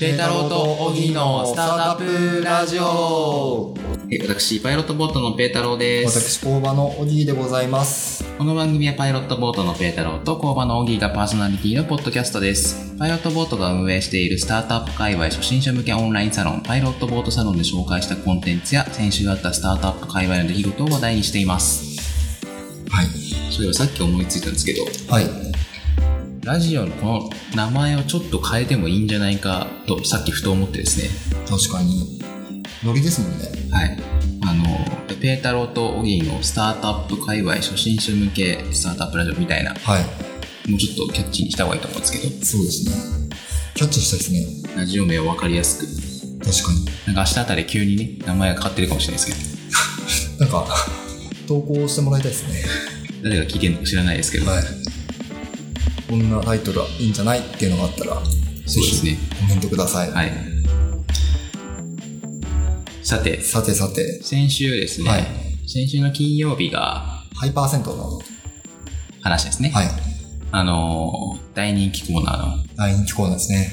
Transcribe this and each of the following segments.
データローとオギのスタートアップラジオえ私、パイロットボートのペータローです。私工場のオギーでございますこの番組はパイロットボートのペータローと工場のオギーがパーソナリティのポッドキャストです。パイロットボートが運営しているスタートアップ界隈初心者向けオンラインサロン、パイロットボートサロンで紹介したコンテンツや、先週あったスタートアップ界隈の出来事を話題にしています。はいそういえばさっき思いついたんですけど、はいラジオのこの名前をちょっと変えてもいいんじゃないかと、さっきふと思ってですね。確かにノリですもんねはい。あの、ペータローとオギーのスタートアップ界隈初心者向けスタートアップラジオみたいな、はいもうちょっとキャッチーにした方がいいと思うんですけど、そうですねキャッチしたいですねラジオ名を分かりやすく、確かになんか明日あたり急にね、名前がかかってるかもしれないですけなんか 投稿してもらいたいですねど、誰が聞いてるのか知らないですけど、はいこんなタイトルはいいんじゃないっていうのがあったらそうですねぜひコメントください、はい。さて、さてさて先週ですね、はい先週の金曜日がハイパーセントの話ですね。はいあの、大人気コーナーの大人気コーナーですね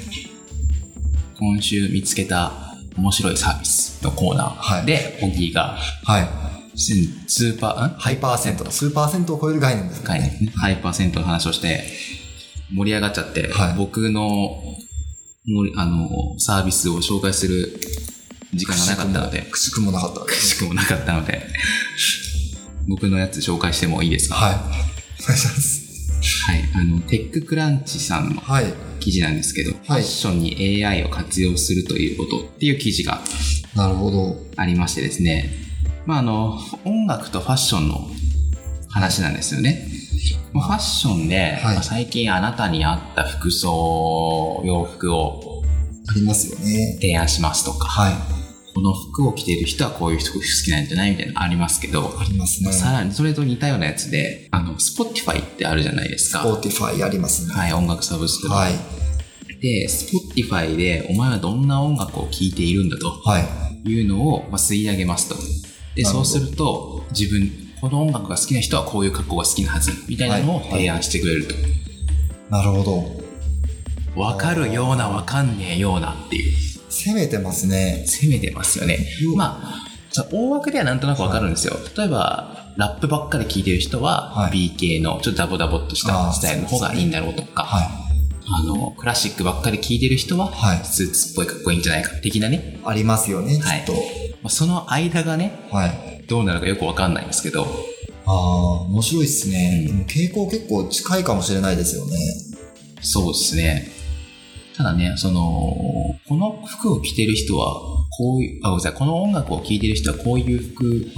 今週見つけた面白いサービスのコーナはーいで、オギーがはいスーパー、んハイパーセント数パーセントを超える概念ですね回ですね、ハイパーセントの話をして、盛り上がっちゃって、はい僕の、もうあの、サービスを紹介する時間がなかったので、くしくもなかったわけくしくもなかったので、僕のやつ紹介してもいいですかはい。お願いします。はい。あの、テッククランチさんのはい。記事なんですけど、ファッションに AI を活用するということっていう記事がなるほど。ありましてですね、まあ、あの音楽とファッションの話なんですよね。まあファッションで、はいまあ最近あなたに合った服装、洋服をありますよね。提案しますとか、はい。この服を着てる人はこういう服好きなんじゃないみたいなのありますけどあ、りますね。さらにそれと似たようなやつで、あの、Spotify ってあるじゃないですか。 Spotify ありますね。はい、音楽サブスク。はい。で、Spotify でお前はどんな音楽を聴いているんだと。はい。いうのを、まあ、吸い上げますと。で、なるそほどうすると、自分、この音楽が好きな人はこういう格好が好きなはず、みたいなのをはい提案してくれると。なるほど。わ、かるような、わかんねえようなっていう、攻めてますね。攻めてますよね。まあ、その大枠ではなんとなくわかるんですよ。例えば、ラップばっかり聴いてる人はは、い B 系のちょっとダボダボっとしあたースタイルの方がいいんだろうとか、はあの、クラシックばっかり聴いてる人は、はいスーツっぽい格好いいんじゃないか、的なねい。。ありますよね、きはいっと。まあその間がね、はい。どうなるかよくわかんないんですけど、ああ、面白いですね。うん傾向結構近いかもしれないですよね。そうですね。ただね、その、この服を着てる人は、こういう、あ、ごめんなさい、この音楽を聴いてる人はこういう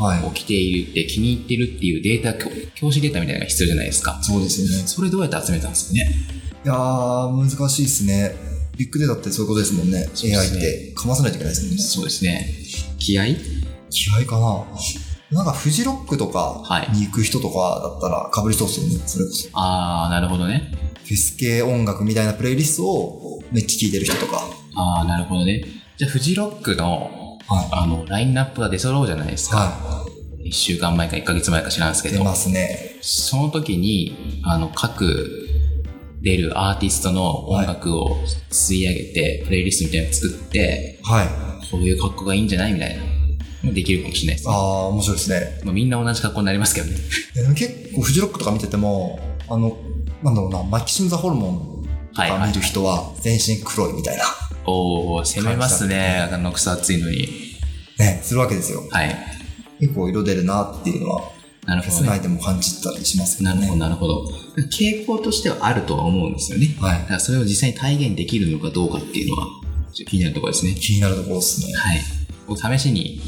はい服を着ているって気に入ってるっていうデータ、教教師データみたいなのが必要じゃないですか。そうですよね。それどうやって集めたんですかね。いやー、難しいですね。ビッグデータってそういうことですもんね。うで AI すねって。かまさないといけないですもんね。そうですね。気合嫌いかななんかフジロックとかはいに行く人とかだったら被りそうですよね。それこそ。あー、なるほどね。フェス系音楽みたいなプレイリストをめっちゃ聴いてる人とか。あー、なるほどね。じゃあ、フジロックの、はあの、ラインナップが出揃うじゃないですい。か。は1週間前か1ヶ月前か知らんすけい。ど。出ますね。その時に、あの、各出るアーティストの音楽を吸い上げて、プレイリストみたいなの作って、はい。こういう格好がいいんじゃないみたいな。できるかもしれないですあね。あ、面白いですね。まあ、みんな同じ格好になりますけどね。でも結構フジロックとか見てても、あの、なんだろうな、マキシム・ザ・ホルモンとはいはいか見る人は全身黒いみたいな。 おお攻めますね。あの、草厚いのに。ね、するわけですよ。はい。結構色出るなっていうのは、なるフェほスど、ね。内でも感じたりしますけどなるね。ほど、なるほど。傾向としてはあるとは思うんですよね。はだい。からそれを実際に体現できるのかどうかっていうのは、ちょっと気になるところですね。気になるところですね。はい。僕、試しに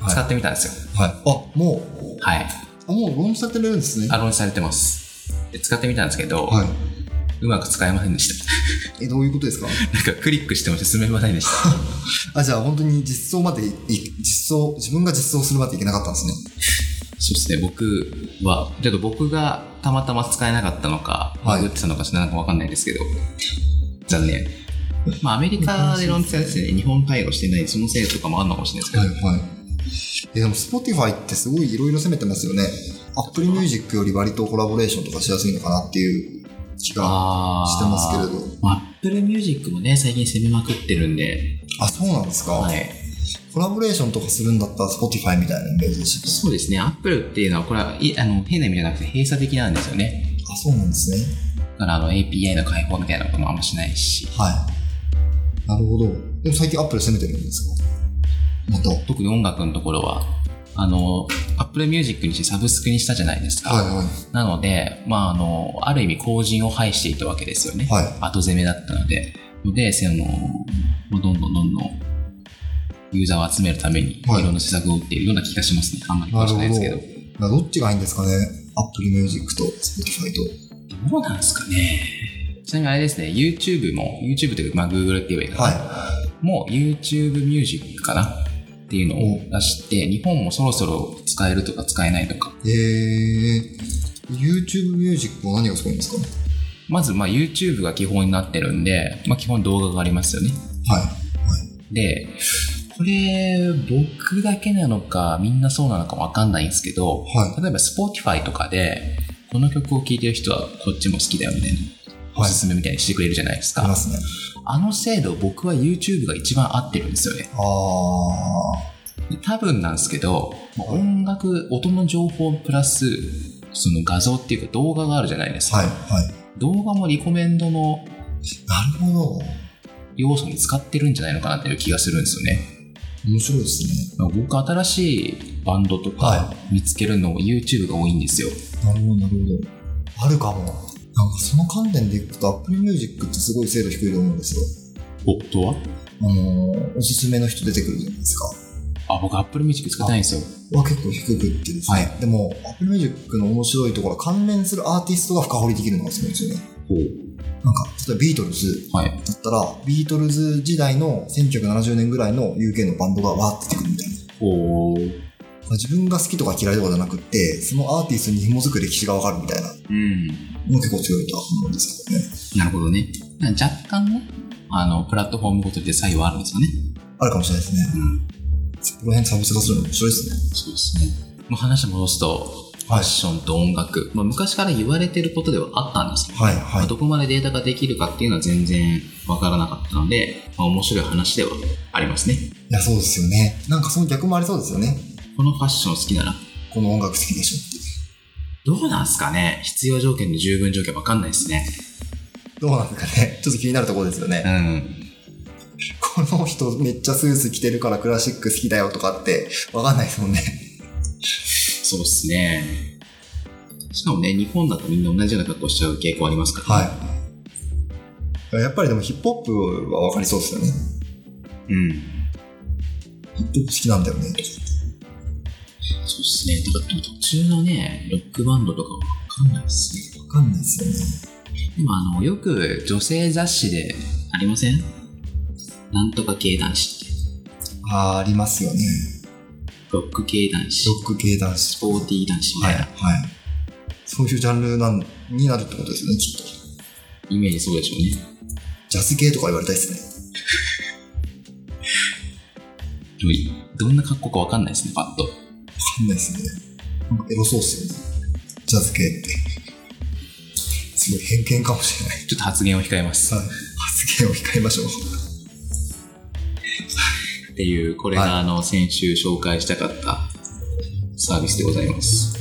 はい使ってみたんですよ。はい。あ、もう、はい。あ、もうローンチされてるんですね。アロンされてます。で使ってみたんですけど、はいうまく使えませんでした。 え、どういうことですかなんかクリックしても進めませんでした。あ、じゃあ本当に実装までい、実装、自分が実装するまでいけなかったんですね。そうですね、僕は、ちょっと僕がたまたま使えなかったのか、はいバグってたのか知らなかわかんないですけど、残念。まあ、アメリカで論じたやつでね、日本対応してない、そのせいとかもあるのかもしれないですけど、いはい。え、でも Spotify ってすごいいろいろ攻めてますよね。Apple Music より割とコラボレーションとかしやすいのかなっていう気があーしてますけれど。まあ、 Apple Music もね、最近攻めまくってるんで、あ、そうなんですか、はい。コラボレーションとかするんだったら Spotify みたいなイメージでしたそうですね、Apple っていうのは、これはいあの変な意味じゃなくて閉鎖的なんですよね。あ、そうなんですね。だからあの API の開放みたいなこともあんましないし、はい。なるほど。でも最近アップル攻めてるんですかまた。はい特に音楽のところは、あの、Apple Music にしてサブスクにしたじゃないですか。はい。なので、まあ、あの、ある意味、後陣を排していたわけですよね。はい。後攻めだったので。ので、その、まあどんどんどんどん、ユーザーを集めるために、いはいろんな施策を打っているような気がしますね。あんまり詳しくないですけど。どだからどっちがいいんですかねアップルミュージックと Spotify と。うなんですかね。ちなみにあれですね、YouTube も、YouTube というか、まあ、Google って言えばいいかな。はもう YouTube Music かなっていうのを出して、日本もそろそろ使えるとか使えないとか。い。えー、YouTube ミュージックは何がすごいんですかまず、まあ、YouTube が基本になってるんで、まあ、基本動画がありますよね。はい。で、これ、僕だけなのか、みんなそうなのかわかんないんですけど、は例えば Spotify とかで、この曲を聴いてる人はこっちも好きだよみたいな、おはいすすめみたいにしてくれるじゃないですか。ありますね。あの制度、僕は YouTube が一番合ってるんですよね。あー。で多分なんですけど、まあ音楽、音の情報プラス、その画像っていうか動画があるじゃないですか。はい。はい。動画もリコメンドのなるほど。要素に使ってるんじゃないのかなっていう気がするんですよね。面白いですまあ僕新しいバンドとかは見つけるの YouTube が多いんですよ。ね。なるほど、なるほど。あるかも。なんかその観点でいくと、アップルミュージックってすごい精度低いと思うんですよ。お、とはあのーおすすめの人出てくるじゃないですか。あ、僕 Apple Music 使ってないんですよ。は結構低くってですね。でも、Apple Music の面白いところは関連するアーティストが深掘りできるのがすごいんですよね。ほなんか、例えばビートルズう。はい。だったら、ビートルズ時代の1970年ぐらいの UK のバンドがわーって出てくるみたいな。ほう。自分が好きとか嫌いとかじゃなくって、そのアーティストに紐づく歴史がわかるみたいなのうん。も結構強いとは思うんですけどね。なるほどね。だから若干ね、あの、プラットフォームごとで差異はあるんですよね。あるかもしれないですね。うん。そこら辺サブスクするの面白いですね。そうですね。まあ、話戻すと、ファはッいションと音楽、まあ、昔から言われてることではあったんですけど、はい、はまあい。どこまでデータができるかっていうのは全然わからなかったので、まあ、面白い話ではありますね。いや、そうですよね。なんかその逆もありそうですよね。このファッション好きなら、この音楽好きでしょっどうなんすかね必要条件で十分条件わかんないですね。て。どうなんですかね。 ちょっと気になるところですよね。うん。この人めっちゃスーツ着てるからクラシック好きだよとかってわかんないですもんね。そうっすね。しかもね、日本だとみんな同じような格好しちゃう傾向ありますから、はい。やっぱりでもヒップホップはわかりそうですよね。い。うん。ヒップホップ好きなんだよね。そうっすね。だから途中のね、ロックバンドとかわかんないっすね。わかんないですよね。でもあの、よく女性雑誌でありませんなんとか系男子って。あーありますよね。ロック系男子ロ。ック系男ス子。ポーティー男子みはたい。いな、はい。そういうジャンルなんになるってことですよね、きっと。イメージそうでしょうね。ジャズ系とか言われたいですね。でもどんな格好かわかんないですね、パッと。わかんないですね。なんかエロそうっすよね。ジャズ系って。すごい偏見かもしれない。ちょっと発言を控えます。はい。発言を控えましょう。っていう、これが、はいあの、先週紹介したかったサービスでございます。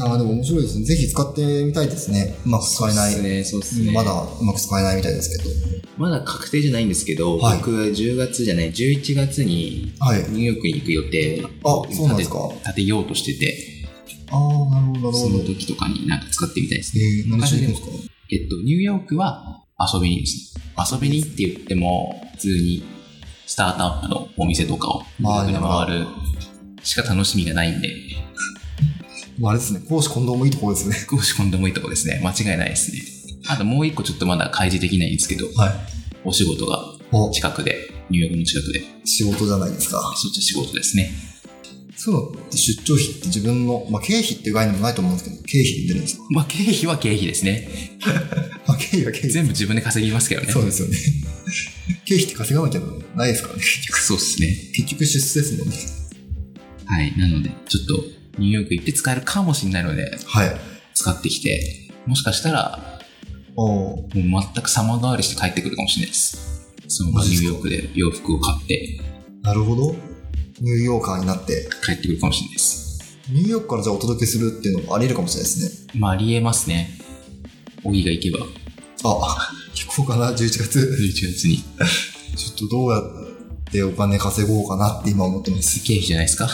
ああ、でも面白いですね。ぜひ使ってみたいですね。うまく使えない。そうですね、そうですうね。んまだ。うまく使えないみたいですけど。まだ確定じゃないんですけど、はい僕は10月じゃない、11月にはい。ニューヨークに行く予定をあそうなんですか立て立てようとしてて、ああ、なるほど、なるそほのど。時とかになんか使ってみたいですね。えー、何しに行くんですかえっと、ニューヨークは遊びにですね。遊びにって言っても、普通にスタートアップのお店とかをニューヨークで回るしか楽しみがないんで、でもあれですね、講師混同もいいところですね。少し込んでもいいとこですね。間違いないですね。あともう一個ちょっとまだ開示できないんですけど、 はい。お仕事がお、近くで、ニューヨークの近くで、仕事じゃないですか。そっち仕事ですね。そういうのって出張費って自分の、まあ、経費っていう概念もないと思うんですけど、経費って出るんですかまあ経費は経費ですね。まあ、経費は経費。全部自分で稼ぎますけどね。そう ですよね。経費って稼がなきゃないですからね。そうですね。結局出資ですもんね。はい。なので、ちょっとニューヨーク行って使えるかもしれないので、はい。使ってきて、もしかしたら、おーもう全く様変わりして帰ってくるかもしれないです。その場マジニっュすーかヨークで洋服を買ってなるほど。ニューヨーカーになって、帰ってくるかもしれないです。ニューヨークからじゃあお届けするっていうのもあり得るかもしれないですね。まあ、ありえますね。小木が行けば、あ、 聞こうかな、11月。 11月に。ちょっとどうやってお金稼ごうかなって今思ってます。 経費じゃないですか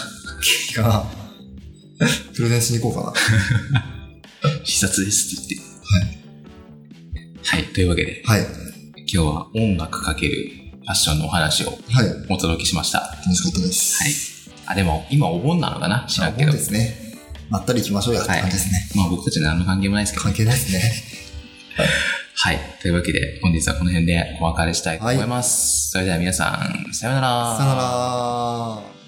いいかな。プレゼンしに行こうかな。視察ですって言って。はい。はい。というわけで、はい。今日は音楽かけるファッションのお話をはい。お届けしました。楽しかったです。はい。あ、でも、今お盆なのかな知らんけあどそうで。すね。まったり行きましょうやって感じですね。まあ、僕たちは何の関係もないですけど。関係ないですね。はい。というわけで、本日はこの辺でお別れしたいと思います。それでは皆さん、さようならさよなら。